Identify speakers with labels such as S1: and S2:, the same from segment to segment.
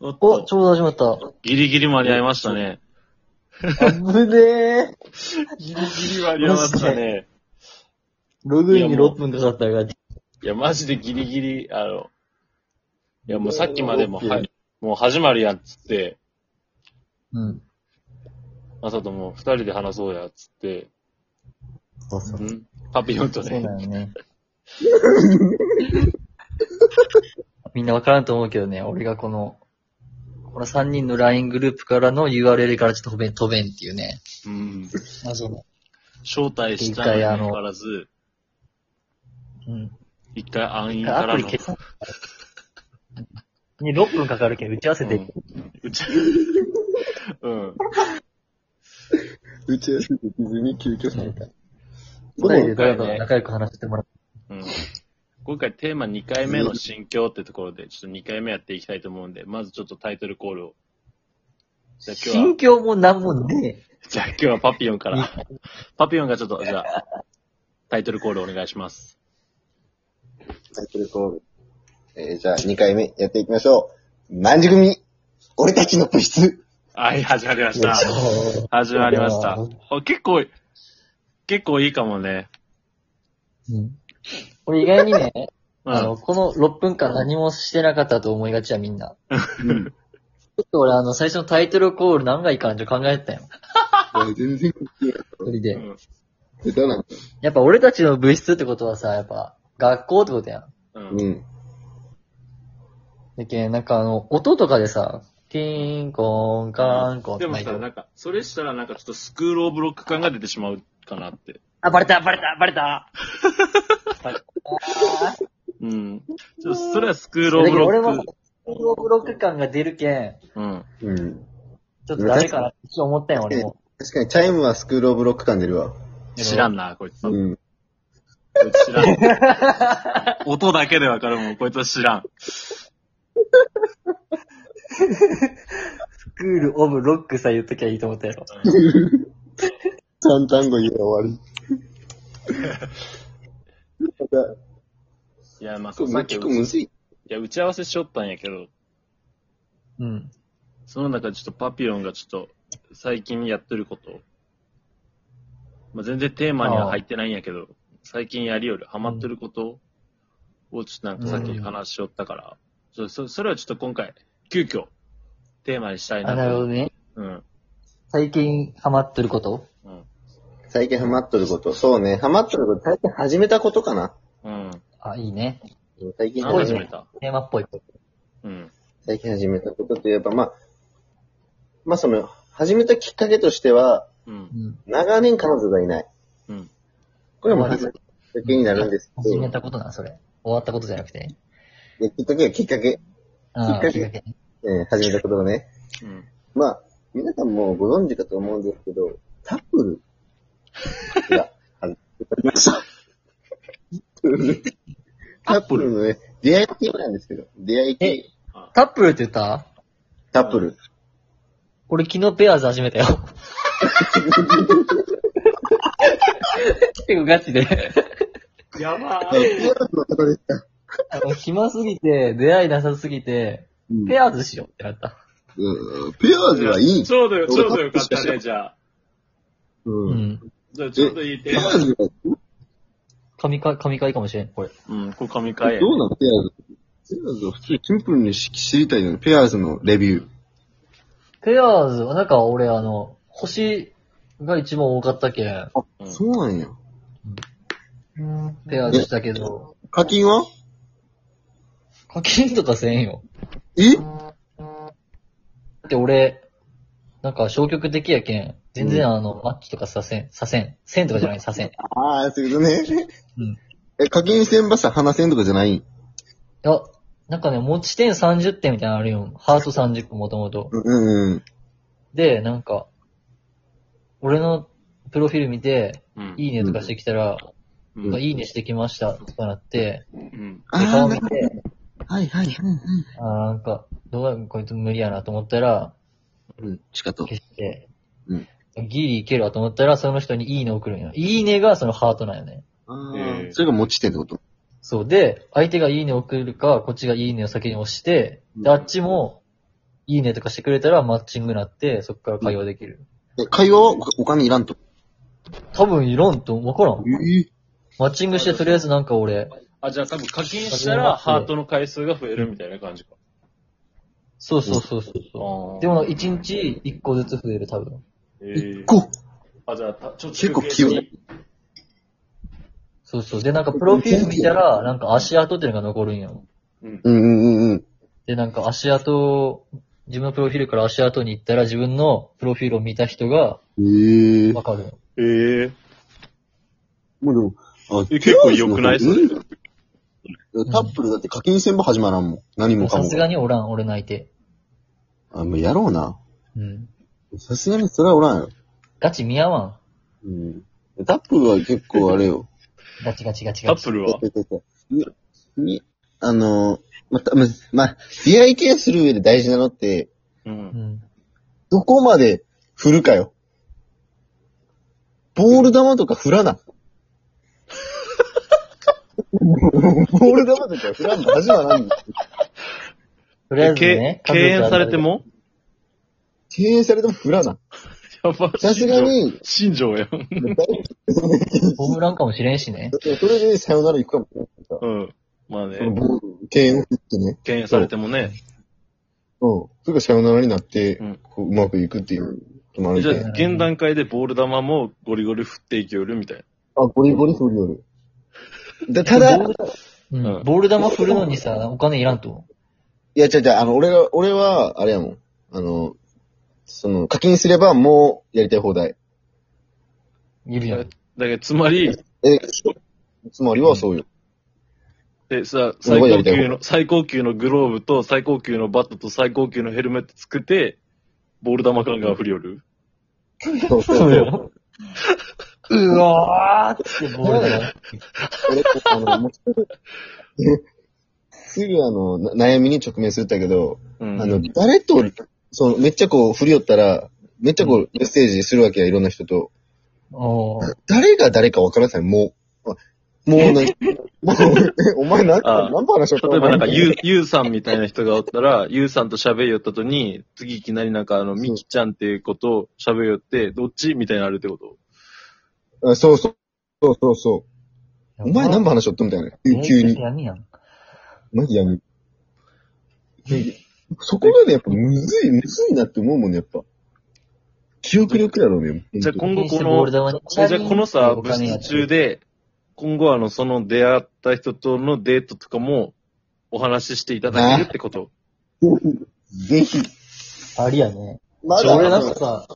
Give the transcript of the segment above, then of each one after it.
S1: おっ
S2: お、
S1: と、
S2: ちょうど始まった。
S1: ギリギリ間に合いましたね。
S2: 危ねえ。
S1: ギリギリ間に合いましたね。
S2: ログイン
S1: いや
S2: に
S1: もう
S2: 6分かかったが、
S1: いや、マジでギリギリ、あの、いや、もうさっきまでも、
S2: いや
S1: はい、もう始まるやんっつって、
S2: うん。
S1: まさとも二人で話そうやっつって、
S2: そうそう。
S1: んパピヨンと
S2: そう
S1: ね、
S2: だよね。 みんなわからんと思うけどね、俺がこの、この3人の LINE グループからの URL からちょっと飛べん、飛べんっていうね。
S1: うん、
S2: 謎の。
S1: 招待したのにもかかわらず、
S2: うん。
S1: 一回暗印か
S2: ア
S1: ら
S2: プ
S1: の
S2: リ、消さに6分かかるけん、打ち合わせで、
S1: うち、うん、
S3: 打ち合わせできずに急遽参加。
S2: 二人でだらだら仲良く話してもらって。
S1: うん。今回テーマ2回目の心境ってところで、ちょっと2回目やっていきたいと思うんで、まずちょっとタイトルコールを。じゃあ今日は
S2: 心、境もなんもね
S1: じゃあ今日はパピヨンから。パピヨンがちょっと、じゃあ、タイトルコールお願いします。
S3: タイトルコール。えー、じゃあ2回目やっていきましょう。万事組俺たちの部室
S1: はい、始まりま
S2: え。
S1: した。始まりました
S2: う。
S1: あ結構、結構いいかもね。
S2: うん俺意外にね、
S1: う
S2: あの、
S1: ん。
S2: この6分間何もしてなかったと思いがちやみんな。
S3: うん。
S2: ちょっと俺あの、最初のタイトルコール何がいいかなって考えてたよ。
S3: 全然
S2: 一人
S1: う
S2: で。
S1: ん
S3: 下手なんだ。
S2: やっぱ俺たちの部室ってことはさ、やっぱ、学校ってことやん。
S1: うん。
S3: うん。
S2: だけんなんかあの、音とかでさ、キーン、コーン、カーン、コーンって
S1: でもさ、なんか、それしたらなんかちょっとスクールオブロック感が出てしまうかなって。
S2: あ、バレた、バレた、バレたバレた
S1: うん。ちょっとそれはスクールオ
S2: だけ
S1: ブ
S2: ど俺
S1: ロ
S2: も
S1: ッ
S2: さ
S1: ク。、
S2: ロブロック感が出るけん、
S1: うん。
S3: うん。
S2: ちょっとダメかなって一瞬思ったよ、俺も。
S3: 確かにチャイムはスクールオブロック感出るわ。
S1: 知らんな、こいつ。こ
S3: うん。
S1: いつ知ら ん。音だけでわかるもん、こいつは知らん。
S2: スクールオブロックさ言っときゃいいと思ったやろ。
S3: 三単語言えば終わ り。また
S1: いや、まあ、さ
S3: 結
S1: っ
S3: 構む
S1: き、
S3: 結
S1: い
S3: 構むずい。
S1: や、打ち合わせしよったんやけど、
S2: うん。
S1: その中でちょっとパピヨンがちょっと、最近やってること。まあ、全然テーマには入ってないんやけど、最近やりよる、ハマってることをちょっとなんかさっき話しよったから、ちょそそれはちょっと今回、急遽、テーマにしたい
S2: あ、
S1: な
S2: なるほ
S1: と。
S2: どね。
S1: うん。
S2: 最近ハマってること
S1: うん。
S3: 最近ハマっとること。そうね。ハマっとること。最近始めたことかな。
S1: うん。
S2: あ、いいね。
S3: 最近
S1: 何
S3: 始
S1: 始
S3: め
S1: めた
S2: テーマっぽいこと。
S1: うん。
S3: 最近始めたことといえば、まあ、まあその、始めたきっかけとしては、
S1: うん
S2: う。ん。
S3: 長年彼女がいない。
S1: うん。
S3: これも始めたきっかけになるんですけ
S2: 始
S3: ど
S2: め、たことな、それ。終わったことじゃなくて。
S3: できっかけはきっかけ。
S2: あ
S3: き
S2: ー
S3: っかけ
S2: きっかけね。
S3: うん、始めたことがね。
S1: うん。
S3: まあ、皆さんもご存知かと思うんですけど、タップルが、あの、りました。タップルのね、出会い系なんですけど、出会い系、
S2: タップルって言った
S3: タップル。
S2: 俺昨日ペアーズ始めたよ。結構ガチで。
S1: やば
S3: あのペアーズの方でした。
S2: あの暇すぎて、出会いなさすぎて、
S3: うん
S2: ペアーズしようってなった。
S3: うんペアーズはいい
S1: ち。ょうどよ、ちょうどよかったね、じゃあ。
S3: う。
S2: うんん。
S1: じゃあ、ちょうどいいテ
S3: ペ
S1: ー
S3: ア
S1: マ
S3: ー。ズは
S2: 神回、神回かもしれん、これ。
S1: うん、これ神回や
S3: どうなのペアーズ。ペアーズは普通にシンプルに知りたいのに、ペアーズのレビュー。
S2: ペアーズは、なんか俺あの、星が一番多かったけん、
S1: うん
S3: そうなんや。
S2: ペアーズしたけど、
S3: 課金は
S2: 課金とかせんよ。
S3: え
S2: だって俺、なんか消極的やけん、全然あの、マッチとかさせん、させん、せんとかじゃない、させん。
S3: ああ、そういうことね。
S2: うん。
S3: え、課金せんばさ、話せんとかじゃないん
S2: いや、なんかね、持ち点30点みたいなのあるよ。ハート30個もともと。
S3: うんうん。
S2: で、なんか、俺のプロフィール見て、
S1: うん
S2: いいねとかしてきたら、
S1: うん
S2: なんかいいねしてきましたとかなって、
S1: う
S2: で、
S1: ん。
S3: あー
S2: 顔見て、
S3: はいはいはいはい。
S2: あーなんか、どうや、こいつ無理やなと思ったら、
S3: うん、近と。
S2: 消して、
S3: うん
S2: ギリいけるわと思ったら、その人にいいね送るんよ。いいねがそのハートなんよね。
S3: あ
S1: え
S3: ー
S1: ー
S3: それが持ち点ってこと
S2: そう。で、相手がいいねを送るか、こっちがいいねを先に押して、で、あっちも、いいねとかしてくれたらマッチングになって、そこから会話できる。
S3: え、会話はおお金いらんと。
S2: 多分いらんと、わからん。
S3: え
S2: マッチングして、とりあえずなんか俺、
S1: あ、じゃあ多分課金したらハートの回数が増えるみたいな感じか。
S2: そうそうそうそうそ
S1: あ
S2: う。
S1: ー
S2: でも、1日1個ずつ増える、多分。
S1: え
S3: 一
S1: ー、
S3: 個
S1: あ、じゃあ、たちょっと
S3: 結構器用だ
S2: そうそう。で、なんかプロフィール見たら、なんか足跡っていうのが残るんよ。
S1: うん。
S3: うんうんうんうん。
S2: で、なんか足跡を、自分のプロフィールから足跡に行ったら自分のプロフィールを見た人が
S3: ええ
S2: わかるよ。
S1: えー、
S3: もうでも、あ
S1: え結構良くない
S3: そ
S1: それ。
S3: れタップルだって課金戦も始まらんもん。何もか
S2: さ
S3: も
S2: す。がにおらん、俺泣いて。
S3: あ、もうやろうな。
S2: うん。
S3: さすがにそれはおらんよ。
S2: ガチ見合わん。
S3: うん。タップルは結構あれよ。
S2: ガチガチガチ
S1: ア
S2: ガ
S1: ッ
S2: チ。
S1: プルは
S3: ちょちょちょに、に、あの、また、ま、ま、出会いケアする上で大事なのって、
S1: う。
S2: うんん。
S3: どこまで振るかよ。ボール球とか振らな。ボール球とか振らんの始まらんの。
S2: とりあえず
S1: け
S2: ね、
S1: 敬遠されても
S3: 敬遠されても振らな。
S1: やば
S3: さす が。に、
S1: 新庄やん。
S2: ホームランかもしれんしね。
S3: それでさよなら行くかも。
S1: うん。まあね
S3: その、ボール敬遠を振ってね。
S1: 敬遠されてもね。
S3: うん。それがさよならになって、
S1: うん
S3: こううまくいくっていうこともある
S1: じゃ
S3: け
S1: あ、
S3: ど。
S1: 現段階でボール球もゴリゴリ振っていけよるみたい
S3: あ、ゴリゴリ振るよる。でただ、
S2: ボール
S1: う
S2: うんん。ボール球振るのにさ、お金いらんと。
S3: いや、違う違う、あの、俺が、俺は、あれやもん。あの、その、課金すればもうやりたい放題。
S2: いるや
S1: な。だ
S2: ん
S1: か。ら、つまり、
S3: え、つまりはそうよ。
S1: でさ、最高級の、最高級のグローブと最高級のバットと最高級のヘルメット作って、ボール球感が振り寄る。
S3: そうそうそう。
S2: よ。うわーってボール球。
S3: 俺、あの、もうすぐ、すぐあの、な悩みに直面するんだけど、
S1: うん。
S3: あの、誰と、その、めっちゃこう、振り寄ったら、めっちゃこ
S2: う
S3: う、メッセージするわけや、いろんな人と。
S2: おー。
S3: 誰が誰かわからない、もう。あもう ね、もう、お前なん
S1: ああ
S3: 何の話をし
S1: 例えばなんか、
S3: う。
S1: ゆう、ゆうさんみたいな人がおったら、ゆうさんと喋りよったとに、次いきなりなんかあの、みきちゃんっていうことを喋りよって、どっちみたいになるってこと
S3: あそうそう。そうそうそう。お前
S2: 番
S3: 何の話しよったみたいな。急急に。
S2: 闇やん。
S3: マジやめ。そこまでやっぱむずい、むずいなって思うもんね、やっぱ。記憶力やろうね。
S1: じゃあ
S3: 本
S1: 今後こ
S2: ボール
S1: の、
S2: 球に
S1: えじゃあこのさ、
S2: お
S1: 物
S2: 金や
S1: 質中
S2: って
S1: で、今後あの、その出会った人とのデートとかも、お話ししていただけるってこと
S3: 当にぜひ。
S2: ありやね。
S3: ま
S2: じゃあ俺なんかさ、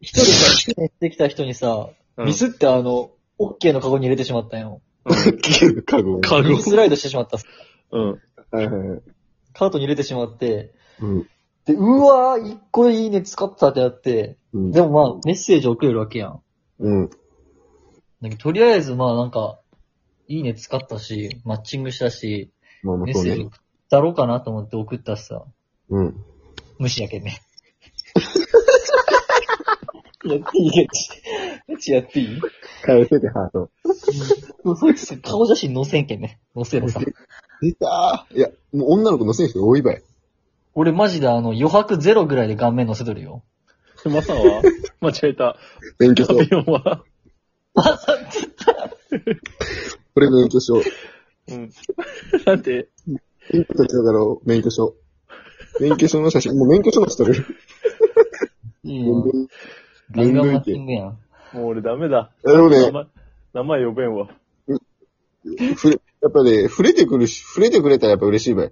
S2: 一人さ、一人してきた人にさ、
S1: うん
S2: ミスってあの、オッケーのカゴに入れてしまったんよ。
S3: 過去。
S1: カ
S2: ミ
S1: ゴ
S2: ス。スライドしてしまった。
S1: うん。
S3: はいはいはい。
S2: カートに入れてしまって、
S3: うん
S2: で、うわー、一個いいね使ったってなって、
S3: うん。
S2: でもまあ、メッセージ送れるわけやん。
S3: うん。
S2: だけどとりあえずまあなんか、いいね使ったし、マッチングしたし、
S3: まあま
S2: メ
S3: あ
S2: ッ
S3: そう
S2: セージ
S3: ね
S2: 送。ったろうかなと思って送ったしさ、
S3: うん。
S2: 無視やけんね。やっていいやつ。やつやっていい
S3: 返せて、ハート。
S2: もうそいつ顔写真載せんけんね。載せろさ。
S3: 出たーいや、もう女の子乗せる人多いばい。
S2: 俺マジであの余白ゼロぐらいで顔面載せとるよ。
S1: マサは 間違えた。
S3: 勉強し
S1: パ
S3: よう。
S1: ピヨンは
S3: これ勉強しよう。
S1: うん。なんで、
S3: いいこと言ってただろう、免許証。免許証の写真、もう免許証の人る。
S2: いい
S3: 免
S2: よ。ガンガンマッチングやん。
S1: もう俺ダメだ。
S3: あの
S1: 名
S3: ね、
S1: 前、名前呼べんわ。
S3: ふれ、やっぱね、触れてくるし、触れてくれたらやっぱ嬉しいばい。
S1: う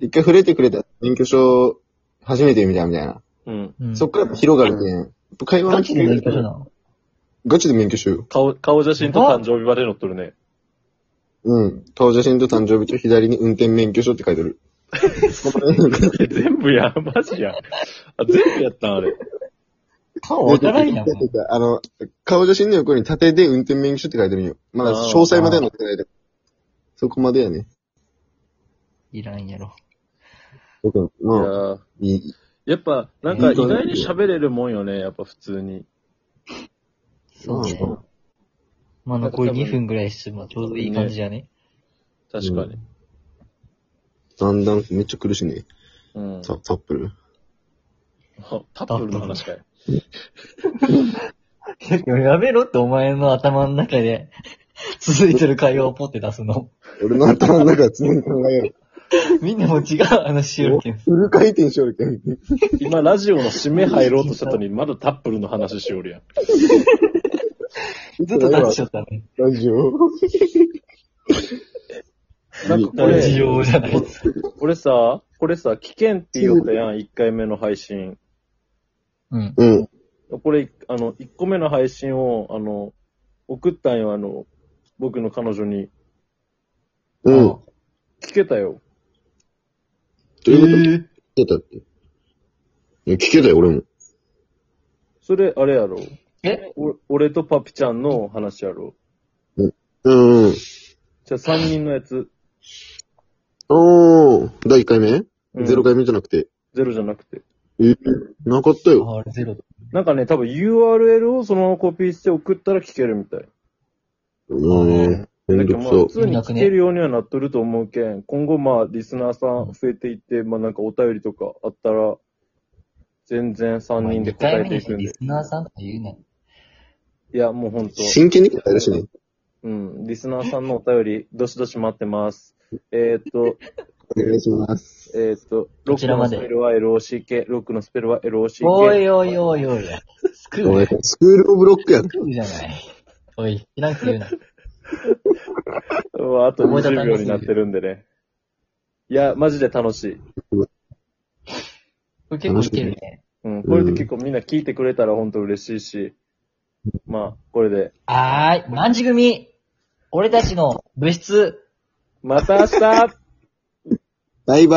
S3: 一回触れてくれたら免許証初めて見たみたいな。
S1: ん。うん。
S2: うん
S3: そっからやっぱ広がるけん。やっぱ会話
S2: ガ
S3: の
S2: チ
S3: 機
S2: で
S3: 会
S2: 抜いてる
S3: が
S2: な。
S3: ガチで免許証よ。
S1: 顔、顔写真と誕生日まで載っとるね。
S3: うん。顔写真と誕生日と左に運転免許証って書いてある。そ
S1: 全部や、マジや。あ、全部やったん、あれ。
S2: 顔わからんやん。
S3: あの、顔写真の横に縦で運転免許証って書いてるんよ。まだ
S1: あー
S3: 詳細までは載ってないで。そこまでやね。
S2: いらんやろ。
S3: 僕
S1: いや
S3: まあ、
S1: ー
S3: いい。
S1: やっぱ、なんか意外に喋れるもんよね、やっぱ普通に。
S2: そうね
S3: うん。
S2: まあ残り2分ぐらいして、まあちょうどいい感じやね。
S1: 確かに。
S3: だんだんめっちゃ苦しいね。
S1: うん。
S3: タタップル。
S1: あタップルの話かよ。
S2: やめろってお前の頭の中で 続いてる会話をポって出すの。
S3: 俺の頭の中は常に考えよ
S2: みんなもう違う話を受け
S3: う。フル回転しよるけん。
S1: 今、ラジオの締め入ろうとしたのに、まだタップルの話しおるやん。
S2: ずっとなっちゃったね。
S3: ラジ
S1: なん
S3: オ。
S1: かこ
S3: ラ
S2: 需
S3: ジ
S1: れ、
S2: 要じゃない。
S1: これさ、これさ、危険って言おったやん、1回目の配信。
S2: うん。
S3: うん。
S1: これ、あの、1個目の配信を、あの、送ったんよ、あの、僕の彼女に。
S3: うん。
S2: あ
S3: ど
S1: 聞けたよ。
S3: ういうこと聞けたって。いや聞けたよ、俺も。
S1: それ、あれやろ。
S2: え
S1: お俺とパピちゃんの話やろ。
S3: うんうん。
S1: じゃあ3人のやつ。
S3: おー、第1回目、
S1: うん
S3: ゼロ回目じゃなくて。
S1: ゼロじゃなくて。
S3: えーなかったよ。
S2: あれゼロだ。
S1: なんかね、多分 URL をそのままコピーして送ったら聞けるみたい。
S3: まあね、め
S1: だ
S3: ん
S1: けど
S3: どく
S1: ま
S3: さ
S1: あ。普通に聞けるようにはなっとると思うけん、今後まあリスナーさん増えていって、まあなんかお便りとかあったら、全然3人で
S2: 2
S1: 答
S2: 回
S1: え
S2: 目
S1: て
S2: に
S1: い
S2: して
S1: くん
S2: リ
S1: で
S2: ス。ナーさんとか言うなよ。
S1: いや、もうほんと。
S3: 真剣に答えるしね。
S1: うん。リスナーさんのお便り、どしどし待ってます。えーっと、
S3: お願いします。
S1: えーっ と、ロックのスペルは LOCK、ロックのスペルは LOCK。
S2: おいおいおいおい。スクー
S3: ごめ
S2: ル、
S3: んスクールオブロックや
S2: スクールじゃない。おい、いらんく言うな。
S1: うわあと
S2: 思い出
S1: 20
S2: た
S1: 秒になってるんでね。いや、マジで楽しい。
S2: これ結構いけるね。
S1: うん。これで結構みんな聞いてくれたら本当嬉しいし。まあ、これで。
S2: はーい、万事組、俺たちの部室、
S1: また明日
S3: バイバイ。